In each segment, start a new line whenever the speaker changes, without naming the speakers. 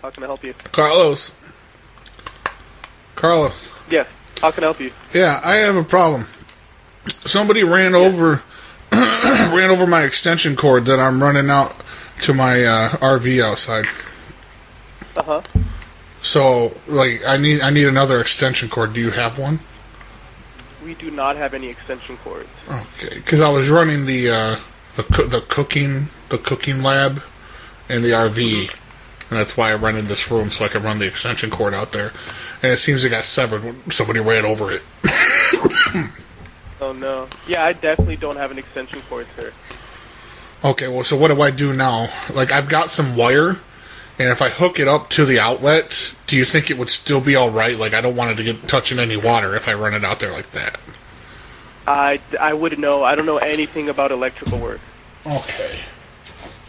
How can I help you?
Carlos. Carlos.
Yes. How can I help you?
Yeah, I have a problem. Somebody ran over ran over my extension cord that I'm running out to my uh, RV outside.
Uh huh.
So, like, I need I need another extension cord. Do you have one?
We do not have any extension cords.
Okay, because I was running the uh, the coo- the cooking the cooking lab in the RV, and that's why I rented this room so I could run the extension cord out there. And it seems it got severed when somebody ran over it.
Oh no. Yeah, I definitely don't have an extension cord, sir.
Okay, well, so what do I do now? Like, I've got some wire, and if I hook it up to the outlet, do you think it would still be all right? Like, I don't want it to get touching any water if I run it out there like that.
I, I wouldn't know. I don't know anything about electrical work.
Okay.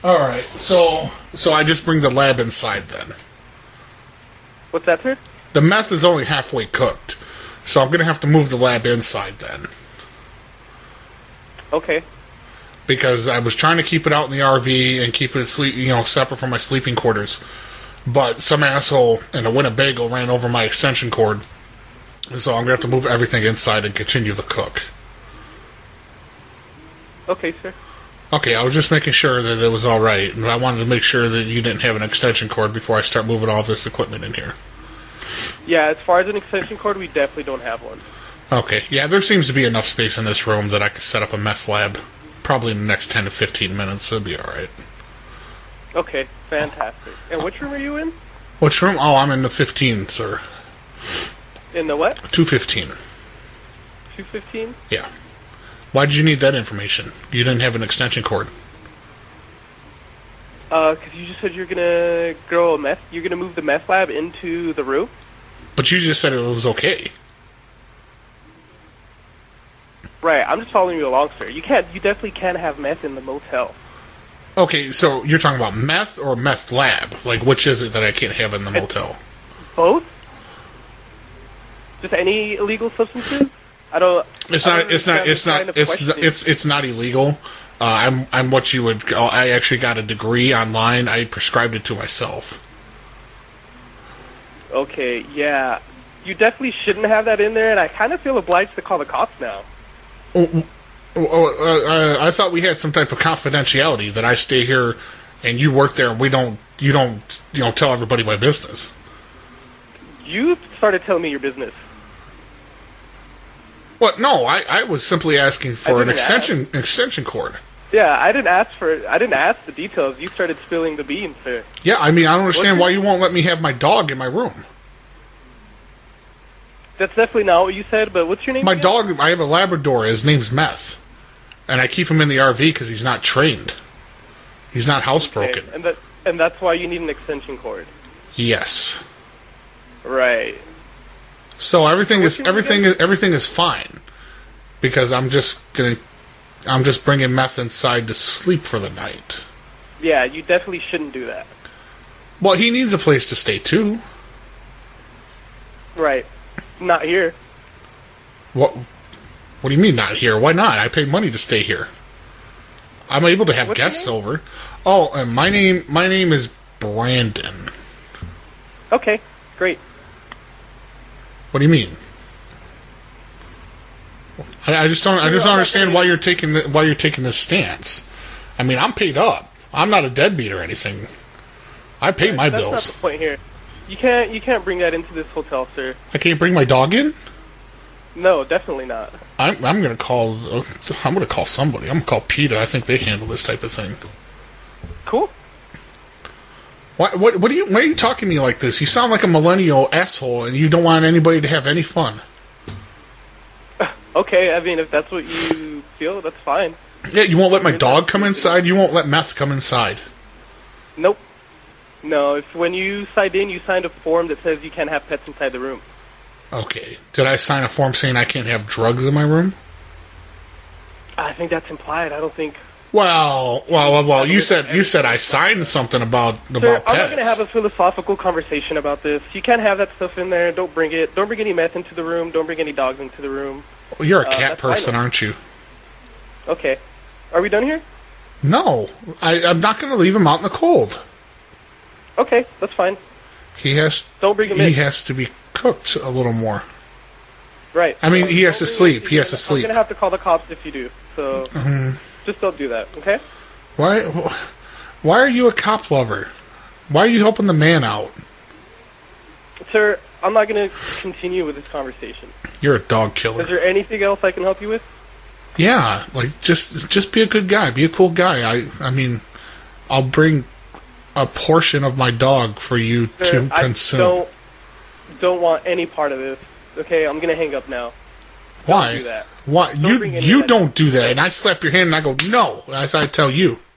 All right. So, so I just bring the lab inside then.
What's that, sir?
The meth is only halfway cooked, so I'm gonna have to move the lab inside then.
Okay.
because I was trying to keep it out in the RV and keep it sleep, you know, separate from my sleeping quarters. But some asshole in a Winnebago ran over my extension cord, and so I'm gonna have to move everything inside and continue the cook.
Okay, sir.
Okay, I was just making sure that it was all right, and I wanted to make sure that you didn't have an extension cord before I start moving all this equipment in here.
Yeah, as far as an extension cord, we definitely don't have one.
Okay, yeah, there seems to be enough space in this room that I could set up a meth lab. Probably in the next ten to fifteen minutes, it'll be all right.
Okay, fantastic. And which room are you in?
Which room? Oh, I'm in the fifteen, sir.
In the what?
Two fifteen.
215?
Yeah. Why did you need that information? You didn't have an extension cord.
Uh, cause you just said you're gonna grow a meth, you're gonna move the meth lab into the room?
But you just said it was okay.
Right, I'm just following you along, sir. You can't, you definitely can't have meth in the motel.
Okay, so you're talking about meth or meth lab? Like, which is it that I can't have in the motel?
Both? Just any illegal substances? I don't.
It's
I don't
not. It's not.
understand
It's
this
not.
kind of
It's
questioning.
it's it's not illegal. Uh, I'm I'm what you would. Call, I actually got a degree online. I prescribed it to myself.
Okay, yeah. You definitely shouldn't have that in there, and I kind of feel obliged to call the cops now.
Oh, oh, oh, uh, I thought we had some type of confidentiality that I stay here and you work there and we don't. You don't. You know, tell everybody my business.
You started telling me your business.
Well, no, I, I was simply asking
I
for an
didn't
extension extension cord.
Yeah, I didn't ask for. I didn't ask the details. You started spilling the beans, sir.
Yeah, I mean, I don't understand
What's
why you won't let me have my dog in my room.
That's definitely not what you said. But what's your name?
My
again?
dog, I have a Labrador. His name's Meth, and I keep him in the RV because he's not trained. He's not
Okay,
housebroken.
and that and that's why you need an extension cord.
Yes.
Right.
So everything
What's
is
your name
everything is everything is fine because I'm just gonna I'm just bringing Meth inside to sleep for the night.
Yeah, you definitely shouldn't do that.
Well, he needs a place to stay too.
Right. Not here.
What? What do you mean not here? Why not? I pay money to stay here. I'm able to have
What's your
guests
name?
over. Oh, and my name my name is Brandon.
Okay. Great.
What do you mean? I, I just don't
No,
I just
I'm
don't
not
understand
saying-
why you're taking the, why you're taking this stance. I mean, I'm paid up. I'm not a deadbeat or anything. I pay my
that's
bills.
not the point here. You can't. You can't bring that into this hotel, sir.
I can't bring my dog in.
No, definitely not.
I'm I'm gonna call I'm gonna call somebody. I'm gonna call PETA. I think they handle this type of thing.
Cool.
What, what, what are you, why are you talking to me like this? You sound like a millennial asshole and you don't want anybody to have any fun.
Okay. I mean, if that's what you feel, that's fine.
Yeah, you won't let my dog come inside, you won't let meth come inside.
Nope. No, if when you signed in, you signed a form that says you can't have pets inside the room.
Okay. Did I sign a form saying I can't have drugs in my room?
I think that's implied. I don't think.
Well, well, well, well you said, you said I signed something about,
Sir,
about
I'm not going to have
pets.
a philosophical conversation about this. You can't have that stuff in there. Don't bring it. Don't bring any meth into the room. Don't bring any dogs into the room.
You're a
uh,
cat
that's fine.
person, aren't you?
Okay. Are we done here?
No. I, I'm not going to leave him out in the cold.
Okay, that's fine.
He has
Don't bring him
he
in.
has to be cooked a little more.
Right.
I mean, he has to
Don't bring
sleep.
him in.
He has to
I'm
sleep. Mm-hmm.
gonna have to call the cops if you do. So just don't do that, okay?
Why? Why are you a cop lover? Why are you helping the man out?
Sir, I'm not gonna continue with this conversation.
You're a dog
Is
killer.
there anything else I can help you with?
Yeah, like just just be a good guy. Be a cool guy. I I mean, I'll bring a portion of my dog for you
Sir,
to
I
consume.
don't don't want any part of this. Okay, I'm gonna hang up now.
Why?
do that.
Why
Don't
you
bring any
you
of that
don't do that? And I slap your hand and I go no. As I tell you,